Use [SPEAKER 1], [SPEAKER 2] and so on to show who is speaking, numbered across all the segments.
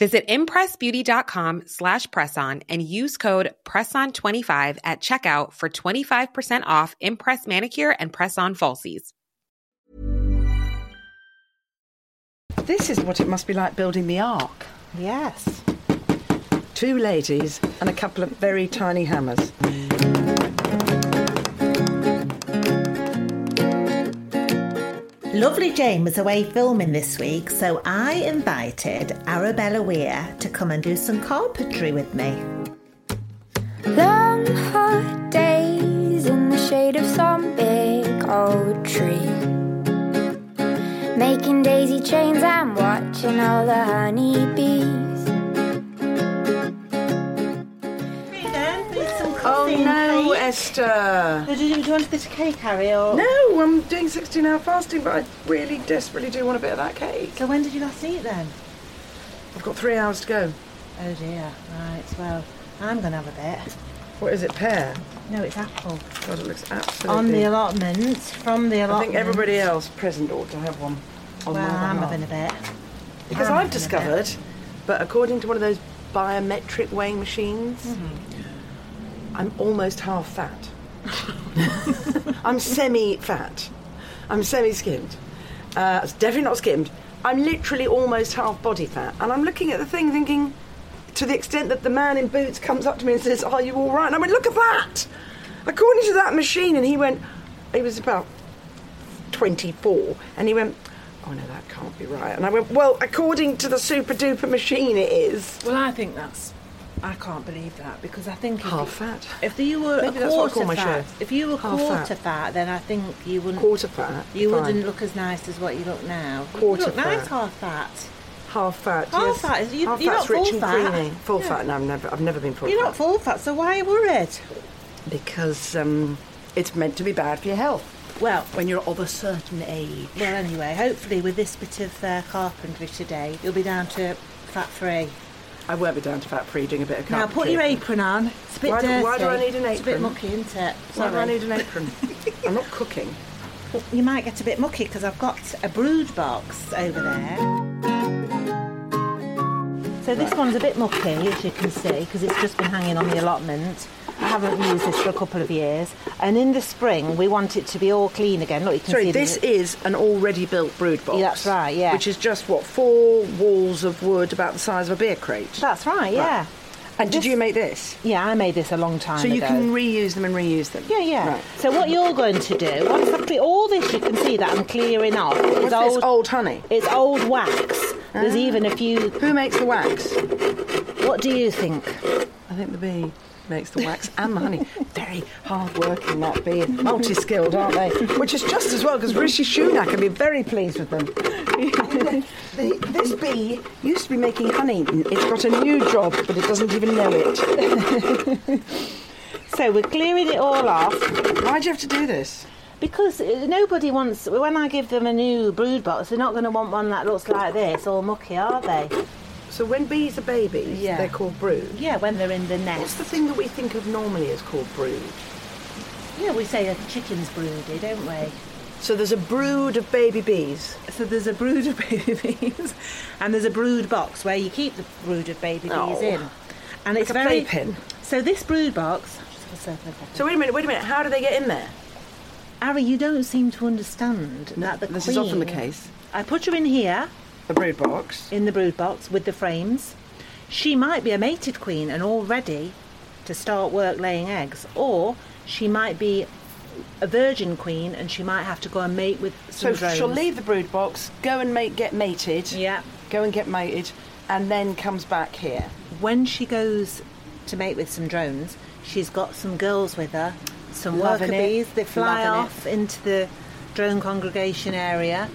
[SPEAKER 1] Visit impressbeauty.com slash presson and use code presson25 at checkout for 25% off Impress Manicure and Press-On Falsies.
[SPEAKER 2] This is what it must be like building the ark.
[SPEAKER 3] Yes.
[SPEAKER 2] Two ladies and a couple of very tiny hammers.
[SPEAKER 3] Lovely Jane was away filming this week, so I invited Arabella Weir to come and do some carpentry with me.
[SPEAKER 4] Long hot days in the shade of some big old tree. Making daisy chains and watching all the honeybees.
[SPEAKER 3] Hey then, there's some
[SPEAKER 2] Oh
[SPEAKER 3] coffee and
[SPEAKER 2] no,
[SPEAKER 3] cake.
[SPEAKER 2] Esther!
[SPEAKER 3] Do you, do you want a bit of cake, Harry? Or...
[SPEAKER 2] No, I'm doing 16 hour fasting, but I really desperately do want a bit of that cake.
[SPEAKER 3] So when did you last eat then?
[SPEAKER 2] I've got three hours to go.
[SPEAKER 3] Oh dear. Right. Well, I'm going to have a bit.
[SPEAKER 2] What is it, pear?
[SPEAKER 3] No, it's apple.
[SPEAKER 2] God, it looks absolutely.
[SPEAKER 3] On the allotment. From the
[SPEAKER 2] I
[SPEAKER 3] allotment.
[SPEAKER 2] think everybody else present ought to have one.
[SPEAKER 3] Well,
[SPEAKER 2] On my
[SPEAKER 3] I'm
[SPEAKER 2] behalf.
[SPEAKER 3] having a bit.
[SPEAKER 2] Because
[SPEAKER 3] I'm
[SPEAKER 2] I've
[SPEAKER 3] having a
[SPEAKER 2] discovered that according to one of those biometric weighing machines, I'm almost half fat. I'm semi fat. I'm semi skimmed. Uh, it's definitely not skimmed. I'm literally almost half body fat. And I'm looking at the thing thinking, to the extent that the man in boots comes up to me and says, Are you all right? And I went, Look at that! According to that machine. And he went, He was about 24. And he went, Oh no, that can't be right. And I went, Well, according to the super duper machine, it is.
[SPEAKER 5] Well, I think that's. I can't believe that because I think if
[SPEAKER 2] Half
[SPEAKER 5] you,
[SPEAKER 2] fat.
[SPEAKER 5] If you were
[SPEAKER 2] Maybe
[SPEAKER 5] a
[SPEAKER 2] that's what I
[SPEAKER 5] quarter
[SPEAKER 2] call my
[SPEAKER 5] fat,
[SPEAKER 2] show.
[SPEAKER 5] if you were
[SPEAKER 2] Half
[SPEAKER 5] quarter
[SPEAKER 2] fat.
[SPEAKER 5] fat. then I think you wouldn't
[SPEAKER 2] Quarter fat,
[SPEAKER 5] You
[SPEAKER 2] fine.
[SPEAKER 5] wouldn't look as nice as what you look now.
[SPEAKER 2] Quarter
[SPEAKER 5] you look nice
[SPEAKER 2] fat.
[SPEAKER 5] half fat.
[SPEAKER 2] Half fat.
[SPEAKER 5] Half
[SPEAKER 2] yes.
[SPEAKER 5] fat is- you-
[SPEAKER 2] half
[SPEAKER 5] you're
[SPEAKER 2] fat's
[SPEAKER 5] not
[SPEAKER 2] rich
[SPEAKER 5] full
[SPEAKER 2] and
[SPEAKER 5] fat.
[SPEAKER 2] creamy. Full
[SPEAKER 5] Yeah.
[SPEAKER 2] fat. No, I've never, I've never been full
[SPEAKER 5] You're
[SPEAKER 2] fat.
[SPEAKER 5] not full fat, so why are you worried?
[SPEAKER 2] Because um, it's meant to be bad for your health.
[SPEAKER 5] Well,
[SPEAKER 2] When you're of a certain age.
[SPEAKER 5] well. Anyway, hopefully with this bit of uh, carpentry today, you'll be down to fat free.
[SPEAKER 2] I won't be down to fat free doing a bit of
[SPEAKER 5] Now put your
[SPEAKER 2] carpentry.
[SPEAKER 5] apron on. It's a bit
[SPEAKER 2] Why do-
[SPEAKER 5] dirty.
[SPEAKER 2] why do I need an
[SPEAKER 5] It's a bit
[SPEAKER 2] apron?
[SPEAKER 5] mucky, isn't it?
[SPEAKER 2] Why
[SPEAKER 5] Sorry.
[SPEAKER 2] do I need an apron? I'm not cooking.
[SPEAKER 5] You might get a bit mucky because I've got a brood box over there.
[SPEAKER 3] So this one's a bit mucky, as you can see, because it's just been hanging on the allotment. I haven't used this for a couple of years. And in the spring, we want it to be all clean again. Look, you can
[SPEAKER 2] Sorry,
[SPEAKER 3] see the-
[SPEAKER 2] this is an already built brood box.
[SPEAKER 3] Yeah, that's right, yeah.
[SPEAKER 2] Which is just what four walls of wood about the size of a beer crate.
[SPEAKER 3] That's right, yeah.
[SPEAKER 2] and did
[SPEAKER 3] this-
[SPEAKER 2] you make this?
[SPEAKER 3] Yeah, I made this a long time
[SPEAKER 2] So you
[SPEAKER 3] ago.
[SPEAKER 2] can reuse them and reuse them.
[SPEAKER 3] Yeah, yeah.
[SPEAKER 2] Right.
[SPEAKER 3] So what you're going to do, once I clear all this, you can see that I'm clearing off. It's
[SPEAKER 2] What's
[SPEAKER 3] old, Ah.
[SPEAKER 2] this old honey?
[SPEAKER 3] It's old wax. There's even a few.
[SPEAKER 2] Who makes the wax?
[SPEAKER 3] What do you think?
[SPEAKER 2] I think the bee makes the wax and the honey. Very hard working that bee, multi skilled, aren't they? Which is just as well because Rishi Shunak can be very pleased with them. The- this bee used to be making honey. It's got a new job, but it doesn't even know it.
[SPEAKER 3] So we're clearing it all off
[SPEAKER 2] Why do you have to do this?
[SPEAKER 3] because uh, nobody wants. When I give them a new brood box, they're not going to want one that looks like this all mucky, are they?
[SPEAKER 2] So when bees are babies,
[SPEAKER 3] Yeah.
[SPEAKER 2] they're called brood.
[SPEAKER 3] Yeah, when they're in the
[SPEAKER 2] What's
[SPEAKER 3] nest.
[SPEAKER 2] the thing that we think of normally as called brood?
[SPEAKER 3] Yeah, we say a chicken's broody, don't we?
[SPEAKER 2] So there's a brood of baby bees.
[SPEAKER 5] So there's a brood of babies, and there's a brood box where you keep the brood of baby bees
[SPEAKER 2] Oh.
[SPEAKER 5] in, and it's
[SPEAKER 2] a
[SPEAKER 5] very
[SPEAKER 2] playpen.
[SPEAKER 5] So this brood box. Just have a circle of
[SPEAKER 2] So wait a minute, wait a minute. How do they get in there?
[SPEAKER 5] Harry, you don't seem to understand
[SPEAKER 2] No,
[SPEAKER 5] that the
[SPEAKER 2] this
[SPEAKER 5] queen.
[SPEAKER 2] is often the case.
[SPEAKER 5] I put her in here
[SPEAKER 2] A brood box.
[SPEAKER 5] in the brood box with the frames. She might be a mated queen and all ready to start work laying eggs, or she might be a virgin queen and she might have to go and mate with
[SPEAKER 2] So
[SPEAKER 5] some drones.
[SPEAKER 2] she'll leave the brood box, go and mate, get mated.
[SPEAKER 5] Yeah.
[SPEAKER 2] Go and get mated, and then comes back here.
[SPEAKER 5] when she goes to mate with some drones, she's got some girls with her, some worker
[SPEAKER 2] Loving it.
[SPEAKER 5] bees. They fly
[SPEAKER 2] Loving it.
[SPEAKER 5] off into the drone congregation area,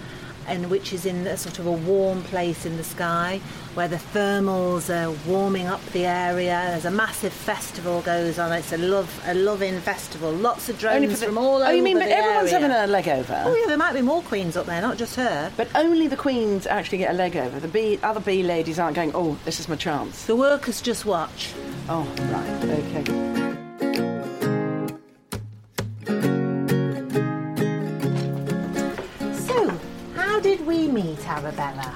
[SPEAKER 5] and which is in a sort of a warm place in the sky where the thermals are warming up the area. There's a massive festival goes on. It's a love a loving festival. Lots of drones from all over.
[SPEAKER 2] oh, you mean, but
[SPEAKER 5] the
[SPEAKER 2] everyone's
[SPEAKER 5] area.
[SPEAKER 2] having a leg over.
[SPEAKER 5] Oh yeah, there might be more queens up there, not just her.
[SPEAKER 2] But only the queens actually get a leg over. The bee, other bee ladies aren't going, oh, this is my chance.
[SPEAKER 5] The workers just watch.
[SPEAKER 2] Oh, right, okay.
[SPEAKER 5] So, how did we meet Arabella?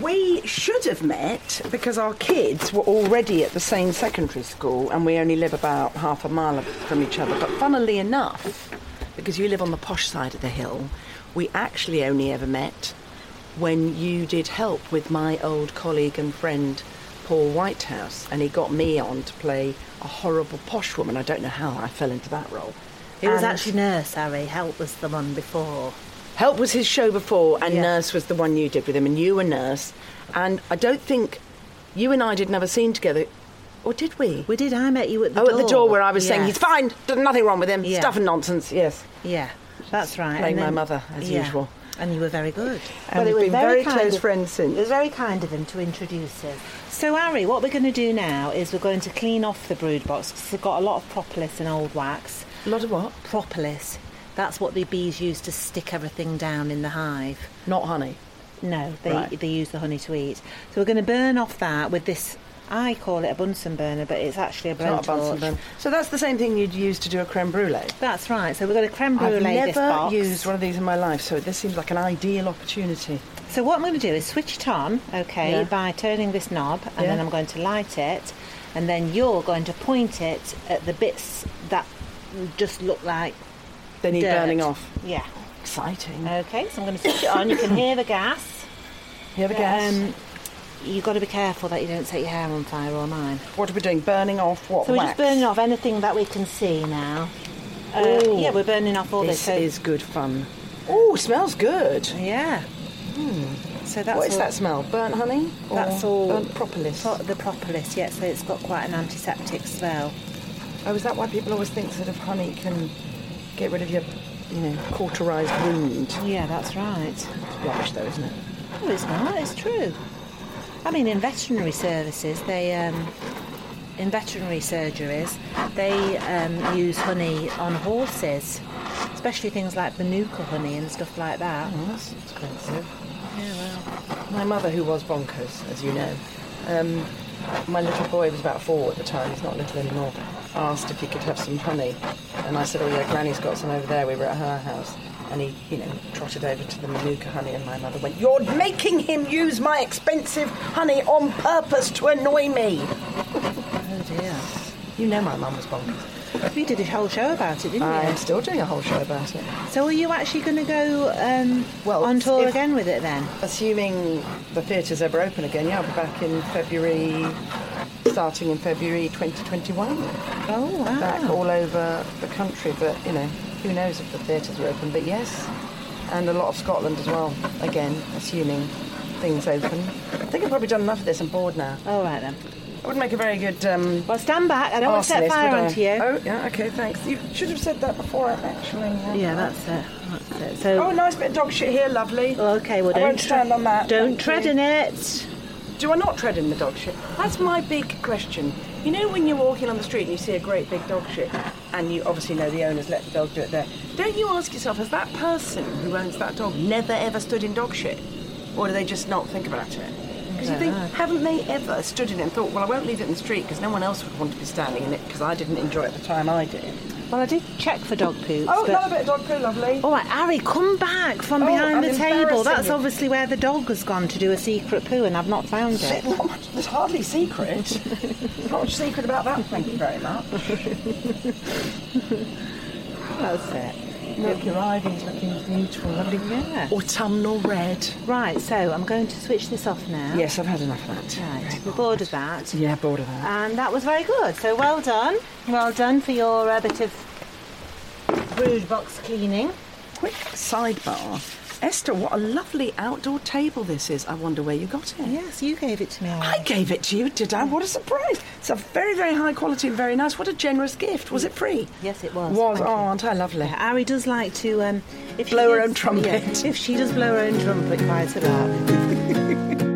[SPEAKER 2] We should have met because our kids were already at the same secondary school and we only live about half a mile from each other. But funnily enough, because you live on the posh side of the hill, we actually only ever met when you did help with my old colleague and friend Paul Whitehouse and he got me on to play a horrible posh woman. I don't know how I fell into that role.
[SPEAKER 5] It was
[SPEAKER 2] And-
[SPEAKER 5] actually Nurse Harry. Help was the one before.
[SPEAKER 2] Help was his show before, and
[SPEAKER 5] Yeah.
[SPEAKER 2] Nurse was the one you did with him, and you were Nurse. And I don't think you and I did never seen together, or did we?
[SPEAKER 5] We did. I met you at the
[SPEAKER 2] oh,
[SPEAKER 5] door.
[SPEAKER 2] at the door where I was saying
[SPEAKER 5] Yes.
[SPEAKER 2] he's fine, there's nothing wrong with him,
[SPEAKER 5] Yeah.
[SPEAKER 2] stuff and nonsense. Yes,
[SPEAKER 5] Yeah, that's right.
[SPEAKER 2] playing
[SPEAKER 5] And
[SPEAKER 2] my mother, as usual.
[SPEAKER 5] And you were very good.
[SPEAKER 2] and
[SPEAKER 3] it
[SPEAKER 2] we've
[SPEAKER 3] was
[SPEAKER 2] been very,
[SPEAKER 3] very kind
[SPEAKER 2] close
[SPEAKER 3] of-
[SPEAKER 2] friends
[SPEAKER 3] It was
[SPEAKER 2] since.
[SPEAKER 3] very kind of him to introduce us.
[SPEAKER 5] So, Harry, what we're going to do now is we're going to clean off the brood box because they've got a lot of propolis and old wax.
[SPEAKER 2] A lot of what?
[SPEAKER 5] Propolis, that's what the bees use to stick everything down in the hive.
[SPEAKER 2] Not honey.
[SPEAKER 5] No, they,
[SPEAKER 2] Right.
[SPEAKER 5] they use the honey to eat. So we're going to burn off that with this. I call it a Bunsen burner, but it's actually a
[SPEAKER 2] Not a Bunsen
[SPEAKER 5] blowtorch.
[SPEAKER 2] burner. So that's the same thing you'd use to do a creme brulee.
[SPEAKER 5] That's right. So we're going to creme brulee
[SPEAKER 2] I've
[SPEAKER 5] this
[SPEAKER 2] never
[SPEAKER 5] box.
[SPEAKER 2] used one of these in my life, so this seems like an ideal opportunity.
[SPEAKER 5] So what I'm going to do is switch it on, okay,
[SPEAKER 2] Yeah.
[SPEAKER 5] by turning this knob, and
[SPEAKER 2] Yeah.
[SPEAKER 5] then I'm going to light it, and then you're going to point it at the bits that just look like
[SPEAKER 2] They need
[SPEAKER 5] dirt.
[SPEAKER 2] burning off.
[SPEAKER 5] Yeah.
[SPEAKER 2] Exciting.
[SPEAKER 5] Okay, so I'm going to switch it on. You can hear the gas.
[SPEAKER 2] You have a guess.
[SPEAKER 5] Um, you've got to be careful that you don't set your hair on fire or mine.
[SPEAKER 2] what are we doing? Burning off what?
[SPEAKER 5] So we're
[SPEAKER 2] wax?
[SPEAKER 5] just burning off anything that we can see now. Uh,
[SPEAKER 2] Ooh.
[SPEAKER 5] yeah, we're burning off all this.
[SPEAKER 2] This
[SPEAKER 5] so-
[SPEAKER 2] is good fun. Oh, smells good.
[SPEAKER 5] yeah. Hmm. So that's
[SPEAKER 2] What is
[SPEAKER 5] all-
[SPEAKER 2] that smell? Burnt honey? Or
[SPEAKER 5] That's all.
[SPEAKER 2] Burnt propolis.
[SPEAKER 5] pro- the propolis, yeah, so it's got quite an antiseptic smell.
[SPEAKER 2] Oh, is that why people always think sort of honey can get rid of your, you know, cauterized wound?
[SPEAKER 5] Yeah, that's right.
[SPEAKER 2] Rubbish, though, isn't it?
[SPEAKER 5] No, Oh, it's not. It's true. I mean, in veterinary services, they um, in veterinary surgeries, they um, use honey on horses, especially things like manuka honey and stuff like that.
[SPEAKER 2] Oh, that's expensive.
[SPEAKER 5] Yeah, well,
[SPEAKER 2] My mother, who was bonkers, as you know, um, my little boy was about four at the time, he's not little anymore, asked if he could have some honey. And I said, oh yeah, Granny's got some over there, we were at her house. And he, you know, trotted over to the Manuka honey and my mother went, you're making him use my expensive honey on purpose to annoy me.
[SPEAKER 5] oh dear.
[SPEAKER 2] You know my mum was bonkers.
[SPEAKER 5] We did a whole show about it, didn't
[SPEAKER 2] I am
[SPEAKER 5] we?
[SPEAKER 2] still doing a whole show about it.
[SPEAKER 5] So, are you actually going to go um,
[SPEAKER 2] Well,
[SPEAKER 5] on tour
[SPEAKER 2] if-
[SPEAKER 5] again with it then?
[SPEAKER 2] Assuming the theatre's ever open again, yeah, I'll be back in February, starting in February 2021.
[SPEAKER 5] Oh wow!
[SPEAKER 2] back all over the country, but you know, who knows if the theatres are open, but yes, and a lot of Scotland as well, again, assuming things open. I think I've probably done enough of this, I'm bored now.
[SPEAKER 5] all right then.
[SPEAKER 2] I would make a very good um,
[SPEAKER 5] Well, stand back. I don't want to set
[SPEAKER 2] arsonist,
[SPEAKER 5] fire
[SPEAKER 2] would I?
[SPEAKER 5] onto you.
[SPEAKER 2] Oh, yeah, okay, thanks. You should have said that before, actually.
[SPEAKER 5] Yeah, that's it. That's it. So,
[SPEAKER 2] Oh, nice bit of dog shit here, lovely.
[SPEAKER 5] okay, well,
[SPEAKER 2] I
[SPEAKER 5] don't
[SPEAKER 2] won't
[SPEAKER 5] tre-
[SPEAKER 2] stand on that.
[SPEAKER 5] Don't
[SPEAKER 2] thank
[SPEAKER 5] tread
[SPEAKER 2] you.
[SPEAKER 5] in it.
[SPEAKER 2] Do I not tread in the dog shit? That's my big question. You know when you're walking on the street and you see a great big dog shit, and you obviously know the owner's let the dog do it there, don't you ask yourself, has that person who owns that dog never ever stood in dog shit? Or do they just not think about it? Because you think, haven't they ever stood in it and thought, well, I won't leave it in the street because no one else would want to be standing in it because I didn't enjoy it the time I did.
[SPEAKER 5] Well, I did check for dog poops.
[SPEAKER 2] Oh,
[SPEAKER 5] but-
[SPEAKER 2] another bit of dog poo, lovely.
[SPEAKER 5] All right, Harry, come back from
[SPEAKER 2] Oh,
[SPEAKER 5] behind
[SPEAKER 2] I'm
[SPEAKER 5] the table. That's
[SPEAKER 2] embarrassing.
[SPEAKER 5] obviously where the dog has gone to do a secret poo, and I've not found it.
[SPEAKER 2] Not much, there's hardly secret. not much secret about that, thank you very much.
[SPEAKER 5] That's it.
[SPEAKER 2] Look, your ivy's looking beautiful, lovely.
[SPEAKER 5] Yeah.
[SPEAKER 2] Autumnal red.
[SPEAKER 5] Right, so I'm going to switch this off now.
[SPEAKER 2] Yes, I've had enough of that.
[SPEAKER 5] Right, we're bored of that.
[SPEAKER 2] Yeah, bored of that.
[SPEAKER 5] And that was very good. So well done. Well done for your uh, bit of brood box cleaning.
[SPEAKER 2] Quick sidebar. Esther, what a lovely outdoor table this is. I wonder where you got it.
[SPEAKER 5] Yes, you gave it to me.
[SPEAKER 2] I gave it to you, did I? What a surprise. It's a very, very high quality and very nice. What a generous gift. Was it free?
[SPEAKER 3] Yes, it was.
[SPEAKER 2] Was,
[SPEAKER 3] Thank you.
[SPEAKER 2] aren't I lovely?
[SPEAKER 5] Ari does like to um, if she
[SPEAKER 2] Blow her
[SPEAKER 5] does-
[SPEAKER 2] own trumpet.
[SPEAKER 5] yeah, if she does blow her own trumpet by to that.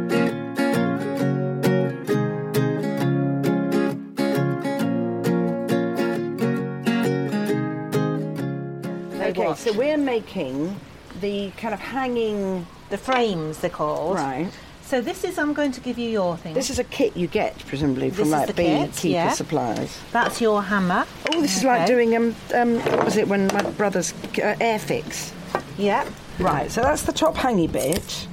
[SPEAKER 2] Okay,
[SPEAKER 5] what?
[SPEAKER 2] so we're making the kind of hanging.
[SPEAKER 5] The frames they're called.
[SPEAKER 2] Right.
[SPEAKER 5] So this is I'm going to give you your thing.
[SPEAKER 2] This is a kit you get, presumably, from
[SPEAKER 5] This is
[SPEAKER 2] like
[SPEAKER 5] the kit,
[SPEAKER 2] beekeeper
[SPEAKER 5] yeah.
[SPEAKER 2] supplies.
[SPEAKER 5] That's your hammer.
[SPEAKER 2] Oh, this is like
[SPEAKER 5] Okay.
[SPEAKER 2] doing, um, um, what was it when my brother's uh, Airfix?
[SPEAKER 5] Yeah.
[SPEAKER 2] Right, so that's the top hangy bit,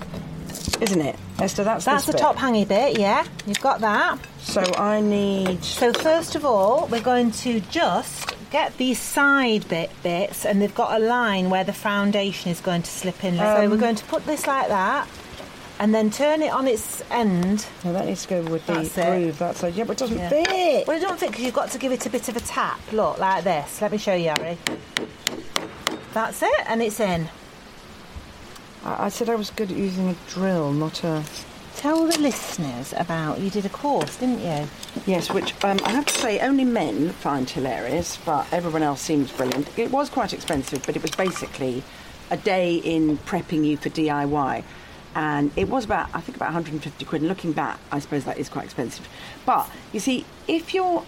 [SPEAKER 2] isn't it? Esther, that's this
[SPEAKER 5] That's the
[SPEAKER 2] bit.
[SPEAKER 5] top hangy bit, yeah. You've got that.
[SPEAKER 2] So I need.
[SPEAKER 5] So first of all, we're going to just get these side bit bits, and they've got a line where the foundation is going to slip in. so we're going to put this like that, and then turn it on its end.
[SPEAKER 2] No, that needs to go with the
[SPEAKER 5] That's it.
[SPEAKER 2] groove. That's it. Yeah, but it doesn't
[SPEAKER 5] Yeah.
[SPEAKER 2] fit.
[SPEAKER 5] Well, I don't think because you've got to give it a bit of a tap. Look, like this. Let me show you, Ari. That's it, and it's in.
[SPEAKER 2] I, I said I was good at using a drill, not a.
[SPEAKER 5] Tell the listeners about you did a course, didn't you?
[SPEAKER 2] Yes, which um, I have to say, only men find hilarious, but everyone else seems brilliant. It was quite expensive, but it was basically a day in prepping you for DIY. And it was about, I think, about 150 quid. And looking back, I suppose that is quite expensive. But you see, if you're,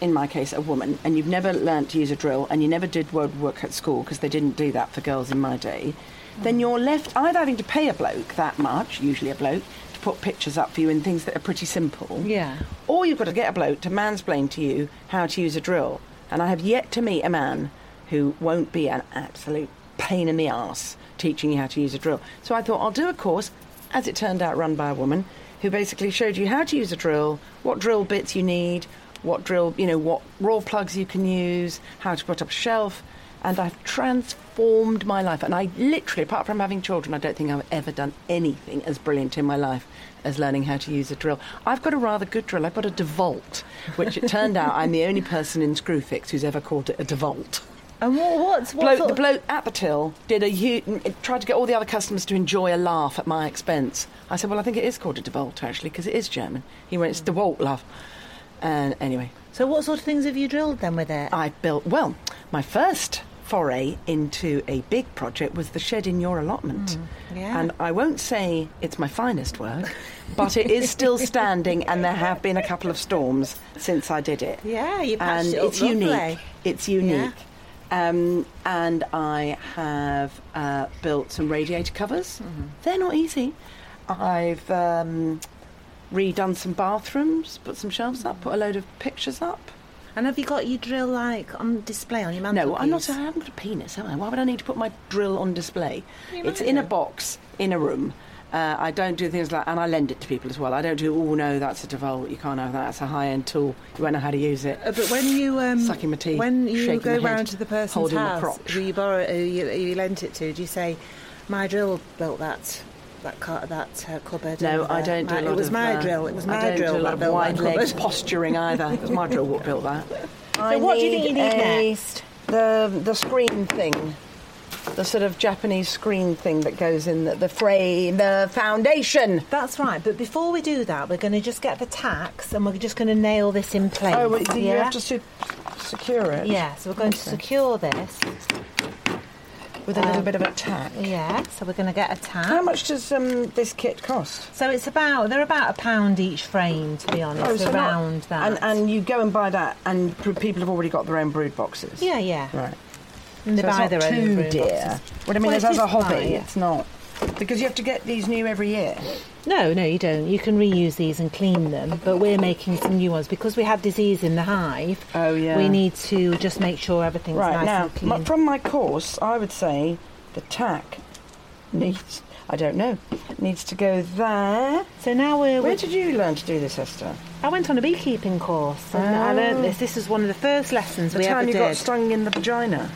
[SPEAKER 2] in my case, a woman and you've never learnt to use a drill and you never did word work at school, because they didn't do that for girls in my day, then you're left either having to pay a bloke that much, usually a bloke, to put pictures up for you and things that are pretty simple.
[SPEAKER 5] Yeah.
[SPEAKER 2] Or you've got to get a bloke to mansplain to you how to use a drill. And I have yet to meet a man who won't be an absolute pain in the ass teaching you how to use a drill. So I thought I'll do a course, as it turned out, run by a woman who basically showed you how to use a drill, what drill bits you need, what drill, you know, what raw plugs you can use, how to put up a shelf. And I've transformed my life. And I literally, apart from having children, I don't think I've ever done anything as brilliant in my life as learning how to use a drill. I've got a rather good drill. I've got a DeVault, which it turned out I'm the only person in Screwfix who's ever called it a DeVault.
[SPEAKER 5] And what, what's what
[SPEAKER 2] Bloke,
[SPEAKER 5] sort
[SPEAKER 2] the
[SPEAKER 5] of-
[SPEAKER 2] bloke at the till did a huge, tried to get all the other customers to enjoy a laugh at my expense. I said, well, I think it is called a DeVault, actually, because it is German. He went, it's DeVault, love. And anyway,
[SPEAKER 5] So what sort of things have you drilled then with it?
[SPEAKER 2] I built, well, my first foray into a big project was the shed in your allotment.
[SPEAKER 5] Mm, yeah.
[SPEAKER 2] And I won't say it's my finest work, but it is still standing, and there have been a couple of storms since I did it.
[SPEAKER 5] Yeah, you patched
[SPEAKER 2] And
[SPEAKER 5] it up
[SPEAKER 2] it's unique.
[SPEAKER 5] lovely.
[SPEAKER 2] It's unique. Um, and I have uh, built some radiator covers.
[SPEAKER 5] Mm-hmm.
[SPEAKER 2] They're not easy. I've um, redone some bathrooms, put some shelves up, put a load of pictures up.
[SPEAKER 5] And have you got your drill like on display on your
[SPEAKER 2] No,
[SPEAKER 5] mantelpiece?
[SPEAKER 2] I'm not. I haven't got a penis, have I? Why would I need to put my drill on display? It's in a box in a room. Uh, I don't do things like, and I lend it to people as well. I don't do. Oh no, that's a Devolt. You can't have that. It's a high-end tool. You won't know how to use it.
[SPEAKER 5] Uh, But when you um,
[SPEAKER 2] Sucking my teeth,
[SPEAKER 5] when you
[SPEAKER 2] shaking
[SPEAKER 5] go
[SPEAKER 2] my head,
[SPEAKER 5] round to the person's
[SPEAKER 2] holding my
[SPEAKER 5] house
[SPEAKER 2] crotch.
[SPEAKER 5] who you borrow, who you, who you lent it to, do you say, "My drill built that that car, that uh, cupboard"?
[SPEAKER 2] No,
[SPEAKER 5] over
[SPEAKER 2] I
[SPEAKER 5] there.
[SPEAKER 2] don't do.
[SPEAKER 5] My-
[SPEAKER 2] a lot
[SPEAKER 5] it was
[SPEAKER 2] of,
[SPEAKER 5] my
[SPEAKER 2] uh,
[SPEAKER 5] drill. It was
[SPEAKER 2] I
[SPEAKER 5] my
[SPEAKER 2] don't
[SPEAKER 5] drill
[SPEAKER 2] Do a lot
[SPEAKER 5] that
[SPEAKER 2] of
[SPEAKER 5] built
[SPEAKER 2] wide
[SPEAKER 5] that
[SPEAKER 2] legs
[SPEAKER 5] cupboard.
[SPEAKER 2] posturing either. It was my drill what built that. I
[SPEAKER 5] what do you think you need
[SPEAKER 2] a-
[SPEAKER 5] next?
[SPEAKER 2] The the screen thing. The sort of Japanese screen thing that goes in the, the frame, the foundation.
[SPEAKER 5] That's right. But before we do that, we're going to just get the tacks and we're just going to nail this in place.
[SPEAKER 2] Oh, wait, do
[SPEAKER 5] yeah?
[SPEAKER 2] you have to se- secure it?
[SPEAKER 5] yeah. So we're going to secure this.
[SPEAKER 2] With a little bit of a tack.
[SPEAKER 5] Yeah. So we're going to get a tack.
[SPEAKER 2] Um, How much does um, this kit cost?
[SPEAKER 5] So it's about they're about a pound each frame, to be honest,
[SPEAKER 2] Oh, so not-
[SPEAKER 5] Oh, around that.
[SPEAKER 2] And, and you go and buy that, and pr- people have already got their own brood boxes.
[SPEAKER 5] yeah, yeah.
[SPEAKER 2] Right.
[SPEAKER 5] And they
[SPEAKER 2] So it's
[SPEAKER 5] buy
[SPEAKER 2] not
[SPEAKER 5] their
[SPEAKER 2] too
[SPEAKER 5] own broom
[SPEAKER 2] dear.
[SPEAKER 5] boxes.
[SPEAKER 2] What I mean
[SPEAKER 5] Well,
[SPEAKER 2] is,
[SPEAKER 5] it
[SPEAKER 2] as a
[SPEAKER 5] is
[SPEAKER 2] hobby,
[SPEAKER 5] fine.
[SPEAKER 2] it's not. Because you have to get these new every year.
[SPEAKER 5] No, no, you don't. You can reuse these and clean them, but we're making some new ones because we had disease in the hive.
[SPEAKER 2] Oh, yeah.
[SPEAKER 5] We need to just make sure everything's
[SPEAKER 2] Right,
[SPEAKER 5] nice
[SPEAKER 2] now,
[SPEAKER 5] and clean.
[SPEAKER 2] my, from my course, I would say the tack needs, I don't know, needs to go there.
[SPEAKER 5] so now we're.
[SPEAKER 2] Where
[SPEAKER 5] we're
[SPEAKER 2] did you learn to do this, Esther?
[SPEAKER 5] I went on a beekeeping course and I learnt this. This was one of the first lessons
[SPEAKER 2] Ah. The
[SPEAKER 5] we
[SPEAKER 2] time
[SPEAKER 5] ever
[SPEAKER 2] you
[SPEAKER 5] did.
[SPEAKER 2] got stung in the vagina.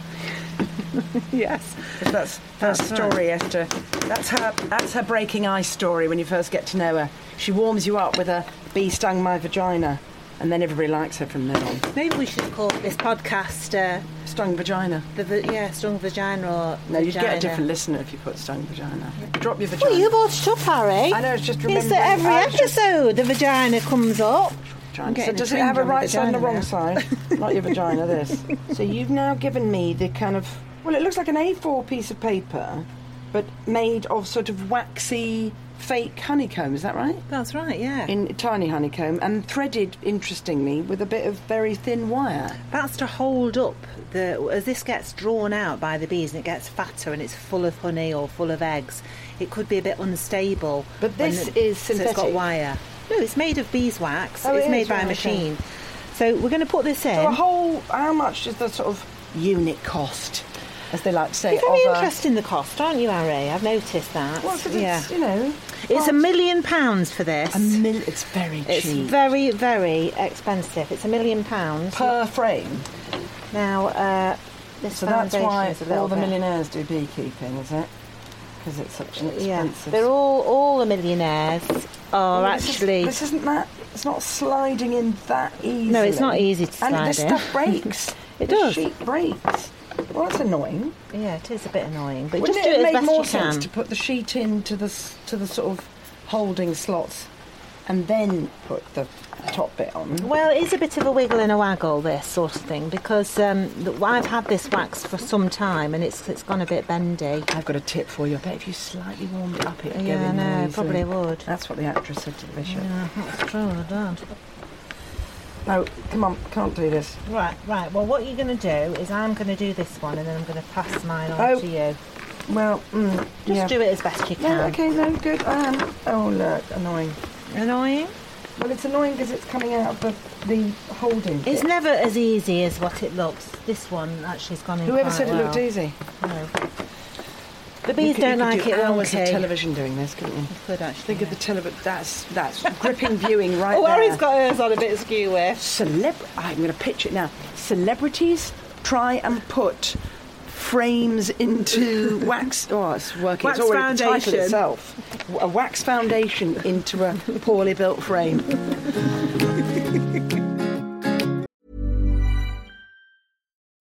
[SPEAKER 5] yes.
[SPEAKER 2] That's her story, Esther. That's her. That's her breaking ice story. When you first get to know her, she warms you up with a bee stung my vagina. and then everybody likes her from then on.
[SPEAKER 5] Maybe we should call this podcast uh,
[SPEAKER 2] Stung vagina.
[SPEAKER 5] the va- yeah strong vagina or
[SPEAKER 2] No, you'd get a
[SPEAKER 5] vagina.
[SPEAKER 2] different listener if you put stung vagina. Drop your vagina.
[SPEAKER 3] Well, you've all shut up, Harry.
[SPEAKER 2] I know, it's just
[SPEAKER 3] It's
[SPEAKER 2] remembering-
[SPEAKER 3] that every
[SPEAKER 2] I was just-
[SPEAKER 3] episode the vagina comes up.
[SPEAKER 2] Vagina. So
[SPEAKER 5] getting
[SPEAKER 2] does it
[SPEAKER 5] trained
[SPEAKER 2] have a
[SPEAKER 5] on the
[SPEAKER 2] right side and a
[SPEAKER 5] vagina
[SPEAKER 2] wrong
[SPEAKER 5] now.
[SPEAKER 2] side? Not your vagina, this. So you've now given me the kind of well, it looks like an A4 piece of paper, but made of sort of waxy fake honeycomb. Is that right?
[SPEAKER 5] That's right, yeah.
[SPEAKER 2] In tiny honeycomb and threaded, interestingly, with a bit of very thin wire.
[SPEAKER 5] That's to hold up the as this gets drawn out by the bees and it gets fatter and it's full of honey or full of eggs. It could be a bit unstable.
[SPEAKER 2] But
[SPEAKER 5] when
[SPEAKER 2] this
[SPEAKER 5] it-
[SPEAKER 2] is
[SPEAKER 5] So it's
[SPEAKER 2] synthetic.
[SPEAKER 5] got wire. No, it's made of beeswax.
[SPEAKER 2] Oh,
[SPEAKER 5] it's
[SPEAKER 2] it
[SPEAKER 5] made
[SPEAKER 2] is,
[SPEAKER 5] by
[SPEAKER 2] right, okay.
[SPEAKER 5] a machine. So we're going to put this in.
[SPEAKER 2] So a whole. How much is the sort of unit cost, as they like to say?
[SPEAKER 3] You're very
[SPEAKER 2] of a-
[SPEAKER 3] interested in the cost, aren't you, Harry? I've noticed that.
[SPEAKER 2] Well, 'cause
[SPEAKER 5] Yeah.
[SPEAKER 2] it's you know,
[SPEAKER 5] it's
[SPEAKER 2] well,
[SPEAKER 5] a million pounds for this.
[SPEAKER 2] a mil- It's very
[SPEAKER 5] it's
[SPEAKER 2] cheap
[SPEAKER 5] very, very expensive. It's a million pounds.
[SPEAKER 2] per frame.
[SPEAKER 5] Now, uh, this
[SPEAKER 2] So that's
[SPEAKER 5] foundation
[SPEAKER 2] why
[SPEAKER 5] is a little
[SPEAKER 2] all the
[SPEAKER 5] bit-
[SPEAKER 2] millionaires do beekeeping, is it? Because it's such an
[SPEAKER 5] Yeah,
[SPEAKER 2] expensive.
[SPEAKER 5] they're all all the millionaires are
[SPEAKER 2] Well, this is-
[SPEAKER 5] actually.
[SPEAKER 2] This, isn't that. It's not sliding in that easily.
[SPEAKER 5] No, it's not easy to
[SPEAKER 2] And this
[SPEAKER 5] slide in.
[SPEAKER 2] stuff breaks.
[SPEAKER 5] It
[SPEAKER 2] The
[SPEAKER 5] does.
[SPEAKER 2] sheet breaks. Well, that's annoying.
[SPEAKER 5] yeah, it is a bit annoying, but
[SPEAKER 2] Wouldn't
[SPEAKER 5] just do
[SPEAKER 2] it,
[SPEAKER 5] it, as
[SPEAKER 2] make
[SPEAKER 5] best
[SPEAKER 2] more
[SPEAKER 5] you can.
[SPEAKER 2] sense to put the sheet into the s- to the sort of holding slots, and then put the top bit on?
[SPEAKER 5] Well, it is a bit of a wiggle and a waggle, this sort of thing, because um, th- I've had this wax for some time and it's it's gone a bit bendy.
[SPEAKER 2] I've got a tip for you. I bet if you slightly warmed it up, it'd
[SPEAKER 5] Yeah,
[SPEAKER 2] go
[SPEAKER 5] I
[SPEAKER 2] in there
[SPEAKER 5] know,
[SPEAKER 2] easily.
[SPEAKER 5] probably would.
[SPEAKER 2] That's what the actress said to the bishop.
[SPEAKER 5] That's
[SPEAKER 2] Oh,
[SPEAKER 5] true, I don't.
[SPEAKER 2] No, come on, can't do this.
[SPEAKER 5] Right, right. Well, what you're going to do is I'm going to do this one and then I'm going to pass mine on
[SPEAKER 2] Oh.
[SPEAKER 5] to you.
[SPEAKER 2] Well, mm,
[SPEAKER 5] Just
[SPEAKER 2] yeah.
[SPEAKER 5] do it as best you can.
[SPEAKER 2] Yeah, okay, no, good. I am. Oh, look, annoying.
[SPEAKER 5] Annoying?
[SPEAKER 2] Well, it's annoying because it's coming out of the, the holding.
[SPEAKER 5] It's
[SPEAKER 2] bit.
[SPEAKER 5] never as easy as what it looks. This one actually has gone in
[SPEAKER 2] Whoever
[SPEAKER 5] quite
[SPEAKER 2] said it
[SPEAKER 5] well.
[SPEAKER 2] looked easy?
[SPEAKER 5] No. The
[SPEAKER 2] You
[SPEAKER 5] bees
[SPEAKER 2] could- you
[SPEAKER 5] don't
[SPEAKER 2] could
[SPEAKER 5] like
[SPEAKER 2] do
[SPEAKER 5] it
[SPEAKER 2] hours of
[SPEAKER 5] wonky.
[SPEAKER 2] television doing this, couldn't you?
[SPEAKER 5] Could actually,
[SPEAKER 2] Think of
[SPEAKER 5] yeah.
[SPEAKER 2] the television. That's that's gripping viewing right
[SPEAKER 5] Oh,
[SPEAKER 2] there.
[SPEAKER 5] Harry's got hers on a bit askew with.
[SPEAKER 2] Celeb- I'm going to pitch it now. Celebrities try and put frames into wax. Oh, it's working.
[SPEAKER 5] Wax
[SPEAKER 2] it's already the
[SPEAKER 5] foundation.
[SPEAKER 2] title itself. W- A wax foundation into a poorly built frame.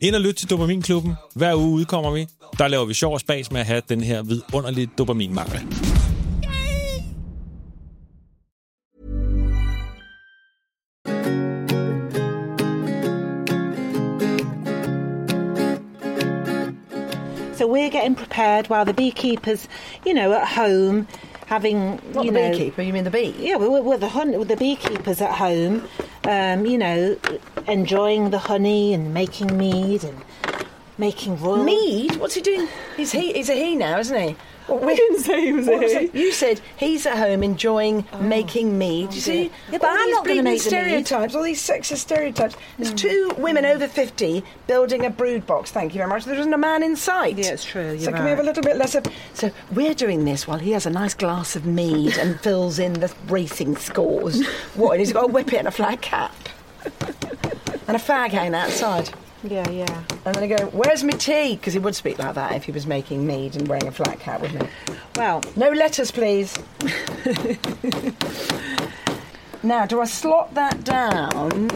[SPEAKER 6] Ind og lyt til Dopaminklubben. Hver uge udkommer vi. Der laver vi sjov og spas med at have den her vidunderlige dopaminmangel.
[SPEAKER 5] So we're getting prepared while the beekeepers, you know, at home having,
[SPEAKER 2] Not
[SPEAKER 5] you
[SPEAKER 2] the
[SPEAKER 5] know,
[SPEAKER 2] beekeeper, you mean the bee?
[SPEAKER 5] yeah, we're, we're the hun- with the beekeepers at home, um, you know, enjoying the honey and making mead and making royal
[SPEAKER 2] Mead? What's he doing? He's he. He's a he now, isn't he? Well, we
[SPEAKER 7] didn't say he was a
[SPEAKER 2] What
[SPEAKER 7] he.
[SPEAKER 2] it? You said he's at home enjoying making mead. you see,
[SPEAKER 5] Oh. Yeah, but
[SPEAKER 2] all
[SPEAKER 5] I'm
[SPEAKER 2] these
[SPEAKER 5] not gonna
[SPEAKER 2] bleeding
[SPEAKER 5] make the Hmm. mead.
[SPEAKER 2] stereotypes. All these sexist stereotypes. There's two women over fifty building a brood box. Thank you very much. There isn't a man in sight.
[SPEAKER 5] Yeah, it's true,
[SPEAKER 2] so
[SPEAKER 5] you're
[SPEAKER 2] can we have a
[SPEAKER 5] right.
[SPEAKER 2] little bit less of? So we're doing this while he has a nice glass of mead and fills in the racing scores. what? And he's got a whippet and a flat cap. And a fag hanging outside.
[SPEAKER 5] Yeah, yeah.
[SPEAKER 2] And then I go, where's my tea? Because he would speak like that if he was making mead and wearing a flat cap, wouldn't he?
[SPEAKER 5] Well,
[SPEAKER 2] No letters, please. now, do I slot that down?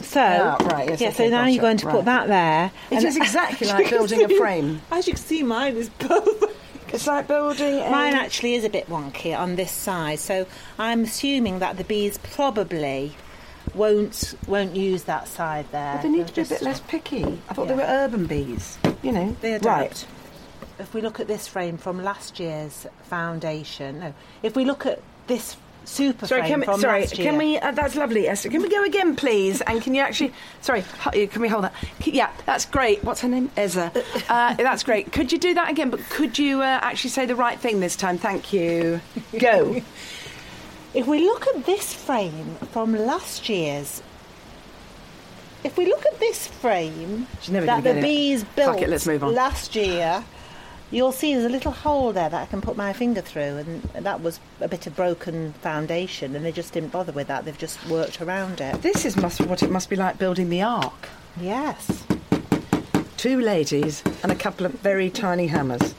[SPEAKER 5] so
[SPEAKER 2] Ah, right, yes,
[SPEAKER 5] yeah.
[SPEAKER 2] okay,
[SPEAKER 5] so now
[SPEAKER 2] gotcha,
[SPEAKER 5] you're going to put
[SPEAKER 2] right.
[SPEAKER 5] that there.
[SPEAKER 2] It is exactly like building a frame. Um,
[SPEAKER 5] As you can see, mine is both.
[SPEAKER 2] It's like building a...
[SPEAKER 5] Mine actually is a bit wonky on this side, so I'm assuming that the bees probably won't won't use that side there.
[SPEAKER 2] But they need to be a
[SPEAKER 5] They'll
[SPEAKER 2] bit
[SPEAKER 5] just-
[SPEAKER 2] less picky. I thought they
[SPEAKER 5] Yeah.
[SPEAKER 2] were urban bees. You know,
[SPEAKER 5] They adapt.
[SPEAKER 2] right?
[SPEAKER 5] If we look at this frame from last year's foundation, no, if we look at this super
[SPEAKER 2] Sorry,
[SPEAKER 5] frame
[SPEAKER 2] can, we-
[SPEAKER 5] from
[SPEAKER 2] sorry,
[SPEAKER 5] last year,
[SPEAKER 2] can we? Uh, that's lovely, Esther. Can we go again, please? And can you actually? Sorry, h- can we hold that? C- Yeah, that's great. What's her name? Ezra. Uh, that's great. Could you do that again? But could you uh, actually say the right thing this time? Thank you. Go.
[SPEAKER 5] If we look at this frame from last year's, if we look at this frame
[SPEAKER 2] She's never
[SPEAKER 5] that
[SPEAKER 2] gonna
[SPEAKER 5] the
[SPEAKER 2] get it.
[SPEAKER 5] bees built
[SPEAKER 2] Fuck it, let's move on.
[SPEAKER 5] last year, you'll see there's a little hole there that I can put my finger through, and that was a bit of broken foundation, and they just didn't bother with that. They've just worked around it.
[SPEAKER 2] This is must what it must be like building the ark.
[SPEAKER 5] Yes,
[SPEAKER 2] Two ladies and a couple of very tiny hammers.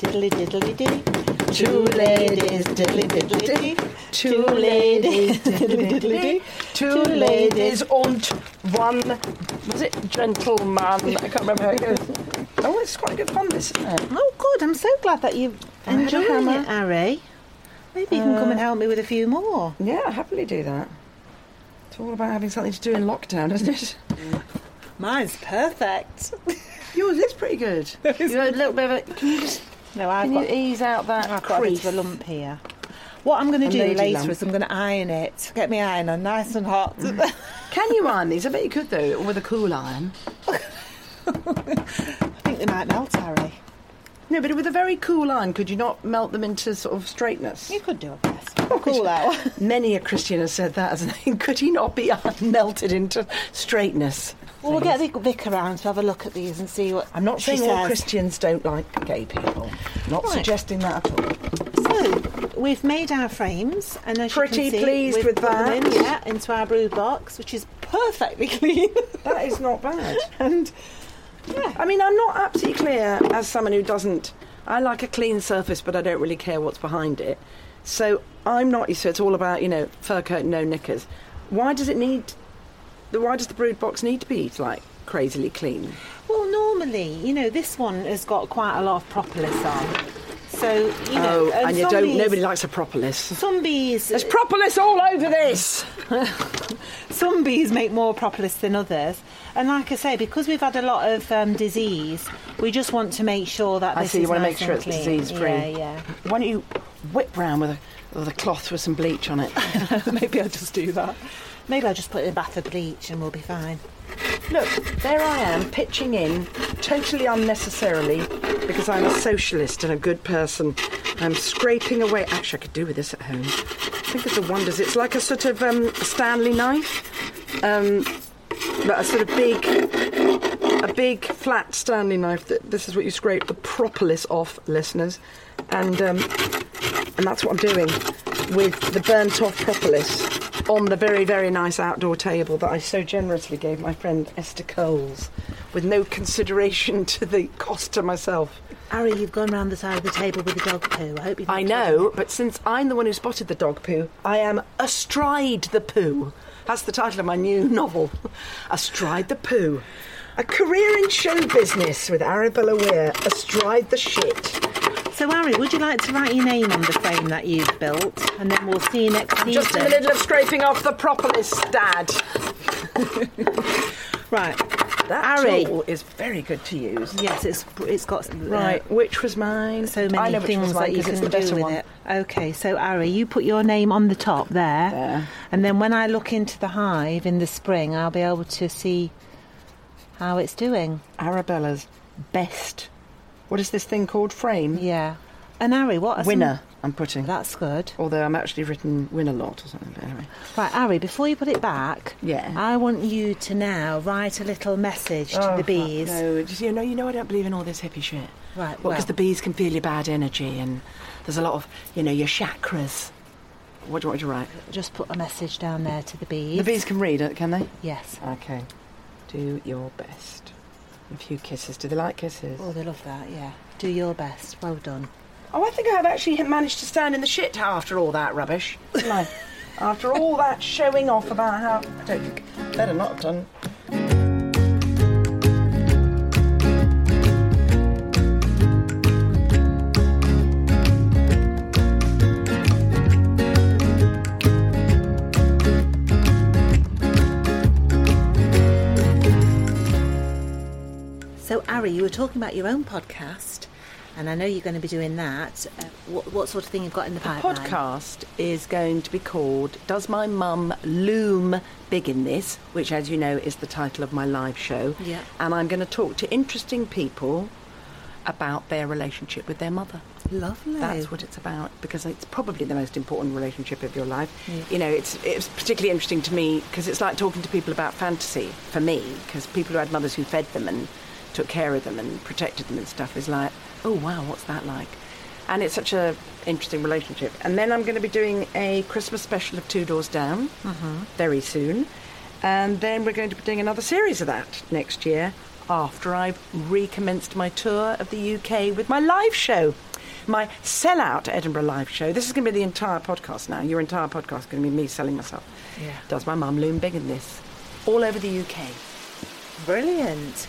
[SPEAKER 5] diddly diddly dee. Two ladies, diddly diddly dee.
[SPEAKER 2] Two ladies, diddly diddly dee.
[SPEAKER 5] Two ladies
[SPEAKER 2] and one was it gentleman? I can't remember how it goes. Oh, it's quite good fun, this, isn't it?
[SPEAKER 5] Oh, good! I'm so glad that you've
[SPEAKER 2] had a
[SPEAKER 5] enjoyed
[SPEAKER 2] hammer.
[SPEAKER 5] it, Uh, Harry. Maybe you can come and help me with a few more.
[SPEAKER 2] Yeah, I happily do that. It's all about having something to do in lockdown, isn't it?
[SPEAKER 5] Mine's perfect.
[SPEAKER 2] Yours is pretty good. you know, a little bit of a, can you just
[SPEAKER 5] No, I've
[SPEAKER 2] can you
[SPEAKER 5] got,
[SPEAKER 2] ease out that
[SPEAKER 5] I've got
[SPEAKER 2] Ah,
[SPEAKER 5] a bit
[SPEAKER 2] crease?
[SPEAKER 5] of a lump here. What I'm going to
[SPEAKER 2] A
[SPEAKER 5] do
[SPEAKER 2] lady
[SPEAKER 5] later
[SPEAKER 2] lump.
[SPEAKER 5] is I'm going to iron it. Get me ironer, nice and hot.
[SPEAKER 2] Can you iron these? I bet you could though, with a cool iron.
[SPEAKER 5] I think they might melt, Harry.
[SPEAKER 2] No, but with a very cool iron, could you not melt them into sort of straightness?
[SPEAKER 5] You could do a best. Cool out.
[SPEAKER 2] Many a Christian has said that, hasn't he? Could he not be melted into straightness?
[SPEAKER 5] Well, we'll get the vic around to have a look at these and see what
[SPEAKER 2] I'm not
[SPEAKER 5] she
[SPEAKER 2] saying all
[SPEAKER 5] says.
[SPEAKER 2] Christians don't like gay people. Not
[SPEAKER 5] Right.
[SPEAKER 2] suggesting that at all.
[SPEAKER 5] So we've made our frames, and as
[SPEAKER 2] Pretty
[SPEAKER 5] you can see,
[SPEAKER 2] pleased
[SPEAKER 5] we've
[SPEAKER 2] with
[SPEAKER 5] put them in,
[SPEAKER 2] that.
[SPEAKER 5] yeah, into our brew box, which is perfectly clean.
[SPEAKER 2] That is not bad.
[SPEAKER 5] and
[SPEAKER 2] I mean, I'm not absolutely clear as someone who doesn't. I like a clean surface, but I don't really care what's behind it. So I'm not. So it's all about you know fur coat, no knickers. Why does it need? the- Why does the brood box need to be like crazily clean?
[SPEAKER 5] Well, normally, you know, this one has got quite a lot of propolis on. So, you know,
[SPEAKER 2] oh, and you
[SPEAKER 5] some
[SPEAKER 2] don't.
[SPEAKER 5] bees-
[SPEAKER 2] Nobody likes a propolis.
[SPEAKER 5] Some bees,
[SPEAKER 2] There's propolis all over this.
[SPEAKER 5] some bees make more propolis than others. And like I say, because we've had a lot of um, disease, we just want to make sure that
[SPEAKER 2] I
[SPEAKER 5] this
[SPEAKER 2] see. You
[SPEAKER 5] is
[SPEAKER 2] want to
[SPEAKER 5] nice
[SPEAKER 2] make sure
[SPEAKER 5] and
[SPEAKER 2] it's
[SPEAKER 5] clean.
[SPEAKER 2] disease free.
[SPEAKER 5] Yeah, yeah.
[SPEAKER 2] Why don't you whip round with a with a cloth with some bleach on it?
[SPEAKER 5] Maybe I'll just do that. Maybe I'll just put it in a bath of bleach and we'll be fine.
[SPEAKER 2] Look, there I am pitching in totally unnecessarily because I'm a socialist and a good person. I'm scraping away. Actually, I could do with this at home. Think of the wonders. It's like a sort of um, Stanley knife, um, but a sort of big, a big flat Stanley knife. That this is what you scrape the propolis off, listeners, and um, and that's what I'm doing with the burnt off propolis on the very, very nice outdoor table that I so generously gave my friend Esther Coles with no consideration to the cost to myself.
[SPEAKER 5] Ari, you've gone round the side of the table with the dog poo. I hope you've.
[SPEAKER 2] I
[SPEAKER 5] not
[SPEAKER 2] know, but since I'm the one who spotted the dog poo, I am astride the poo. That's the title of my new novel, Astride the Poo. A career in show business with Arabella Weir, Astride the Shit.
[SPEAKER 5] taken- So, Ari, would you like to write your name on the frame that you've built, and then we'll see you next season?
[SPEAKER 2] Just in the middle of scraping off the propolis, Dad.
[SPEAKER 5] Right.
[SPEAKER 2] That
[SPEAKER 5] Harry.
[SPEAKER 2] tool is very good to use.
[SPEAKER 5] Yes, it's it's got uh,
[SPEAKER 2] Right, which was mine?
[SPEAKER 5] so many
[SPEAKER 2] I know which
[SPEAKER 5] things
[SPEAKER 2] was mine
[SPEAKER 5] that you
[SPEAKER 2] 'cause it's the
[SPEAKER 5] can do
[SPEAKER 2] better
[SPEAKER 5] with
[SPEAKER 2] one.
[SPEAKER 5] it. Okay, so Ari, you put your name on the top there,
[SPEAKER 2] There.
[SPEAKER 5] and then when I look into the hive in the spring, I'll be able to see how it's doing.
[SPEAKER 2] Arabella's best. What is this thing called? Frame?
[SPEAKER 5] Yeah. And Ari, what are some-
[SPEAKER 2] Winner, I'm putting.
[SPEAKER 5] That's good.
[SPEAKER 2] Although I'm actually written win a lot or something, but anyway.
[SPEAKER 5] Right, Ari, before you put it back,
[SPEAKER 2] Yeah.
[SPEAKER 5] I want you to now write a little message to the bees.
[SPEAKER 2] Oh, No, just, you know, you know, I don't believe in all this hippie shit.
[SPEAKER 5] Right,
[SPEAKER 2] Well, because
[SPEAKER 5] well.
[SPEAKER 2] the bees can feel your bad energy, and there's a lot of, you know, your chakras. What do you want me to write?
[SPEAKER 5] Just put a message down there to the bees.
[SPEAKER 2] The bees can read it, can they?
[SPEAKER 5] Yes.
[SPEAKER 2] Okay. Do your best. A few kisses. Do they like kisses?
[SPEAKER 5] Oh, they love that, yeah. Do your best. Well done.
[SPEAKER 2] Oh, I think I've actually managed to stand in the shit after all that rubbish. haven't I? after all that showing off about how. I don't think. Better not have done.
[SPEAKER 5] Kerry, you were talking about your own podcast, and I know you're going to be doing that. Uh, what, what sort of thing you've got in the
[SPEAKER 2] The
[SPEAKER 5] pipeline?
[SPEAKER 2] podcast is going to be called Does My Mum Loom Big in This? which, as you know, is the title of my live show.
[SPEAKER 5] Yeah.
[SPEAKER 2] And I'm going to talk to interesting people about their relationship with their mother.
[SPEAKER 5] Lovely.
[SPEAKER 2] That's what it's about because it's probably the most important relationship of your life. You know, it's it's particularly interesting to me because it's like talking to people about fantasy for me because people who had mothers who fed them and took care of them and protected them and stuff is like, oh wow, what's that like? And it's such a interesting relationship. And then I'm going to be doing a Christmas special of Two Doors Down very soon, and then we're going to be doing another series of that next year after I've recommenced my tour of the UK with my live show my sellout Edinburgh live show. This is going to be the entire podcast now. Your entire podcast is going to be me selling myself.
[SPEAKER 5] Yeah.
[SPEAKER 2] Does my mum loom big in this? All over the UK.
[SPEAKER 5] Brilliant.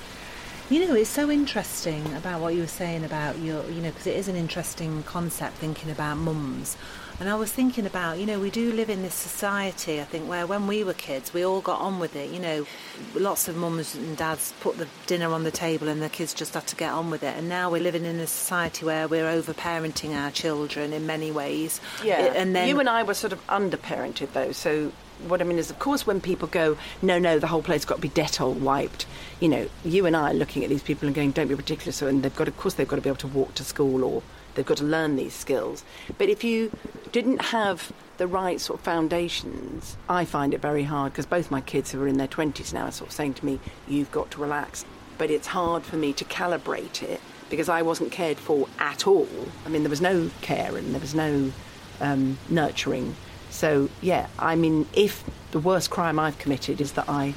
[SPEAKER 5] You know, it's so interesting about what you were saying about your, you know, because it is an interesting concept thinking about mums. And I was thinking about, you know, we do live in this society, I think, where when we were kids, we all got on with it. You know, lots of mums and dads put the dinner on the table and the kids just had to get on with it. And now we're living in a society where we're overparenting our children in many ways. And then
[SPEAKER 2] you and I were sort of underparented though. So what I mean is, of course, when people go, no, no, the whole place got to be Dettol wiped. You know, you and I are looking at these people and going, don't be ridiculous. And they've got, of course, they've got to be able to walk to school or they've got to learn these skills. But if you didn't have the right sort of foundations, I find it very hard because both my kids who are in their twenties now are sort of saying to me, you've got to relax. But it's hard for me to calibrate it because I wasn't cared for at all. I mean, there was no care and there was no um, nurturing. So, yeah, I mean, if the worst crime I've committed is that I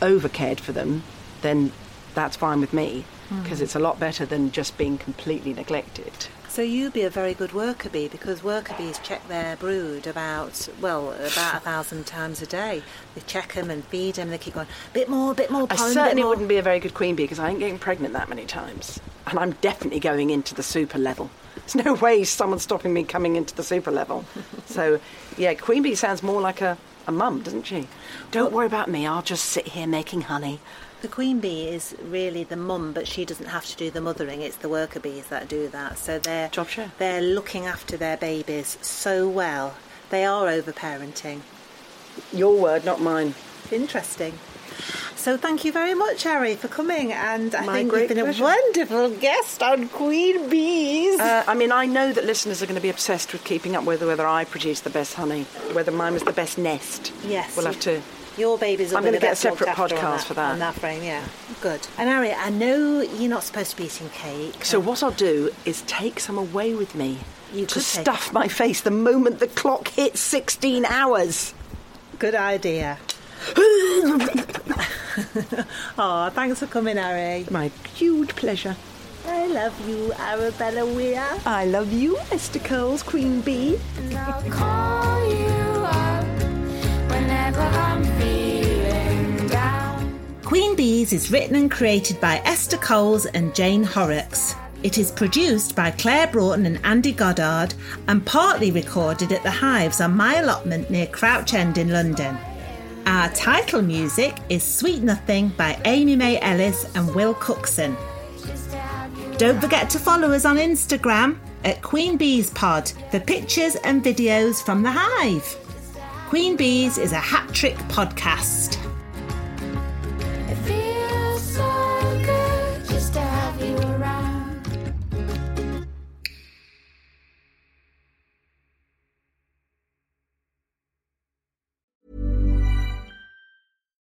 [SPEAKER 2] overcared for them, then that's fine with me because it's a lot better than just being completely neglected.
[SPEAKER 5] So you be a very good worker bee because worker bees check their brood about well about a thousand times a day. They check them and feed them. They keep going bit more, bit more.
[SPEAKER 2] I
[SPEAKER 5] pollen, bit
[SPEAKER 2] certainly
[SPEAKER 5] more."
[SPEAKER 2] wouldn't be a very good queen bee because I ain't getting pregnant that many times. And I'm definitely going into the super level. There's no way someone's stopping me coming into the super level. so, yeah, queen bee sounds more like a, a mum, doesn't she? Don't worry about me, I'll just sit here making honey.
[SPEAKER 5] The queen bee is really the mum, but she doesn't have to do the mothering. It's the worker bees that do that. So they're
[SPEAKER 2] Job share.
[SPEAKER 5] they're looking after their babies so well. They are overparenting.
[SPEAKER 2] Your word, not mine.
[SPEAKER 5] Interesting. So thank you very much, Harry, for coming. And I
[SPEAKER 2] My
[SPEAKER 5] think
[SPEAKER 2] great
[SPEAKER 5] you've been
[SPEAKER 2] pleasure.
[SPEAKER 5] a wonderful guest on Queen Bees.
[SPEAKER 2] Uh, I mean, I know that listeners are going to be obsessed with keeping up with whether I produce the best honey, whether mine was the best nest.
[SPEAKER 5] Yes.
[SPEAKER 2] We'll have to.
[SPEAKER 5] Your babies.
[SPEAKER 2] I'm gonna
[SPEAKER 5] going to
[SPEAKER 2] get a separate podcast for that.
[SPEAKER 5] On that frame, yeah. Good. And Ari, I know you're not supposed to be eating cake.
[SPEAKER 2] So, what I'll do is take some away with me
[SPEAKER 5] You
[SPEAKER 2] to
[SPEAKER 5] could take-
[SPEAKER 2] stuff my face the moment the clock hits 16 hours.
[SPEAKER 5] Good idea. oh, thanks for coming, Ari.
[SPEAKER 2] My huge pleasure.
[SPEAKER 5] I love you, Arabella Weir.
[SPEAKER 2] I love you, Esther Curls, Queen Bee.
[SPEAKER 4] And I'll call you up whenever I'm feeling down.
[SPEAKER 5] Queen Bees is written and created by Esther Coles and Jane Horrocks. It is produced by Claire Broughton and Andy Goddard and partly recorded at the Hives on my allotment near Crouch End in London. Our title music is Sweet Nothing by Amy Mae Ellis and Will Cookson.
[SPEAKER 4] Just to have you
[SPEAKER 5] Don't forget to follow us on Instagram at Queen Bees Pod for pictures and videos from the Hive. Queen Bees is a hat trick podcast.
[SPEAKER 4] It feels so good just to have you around.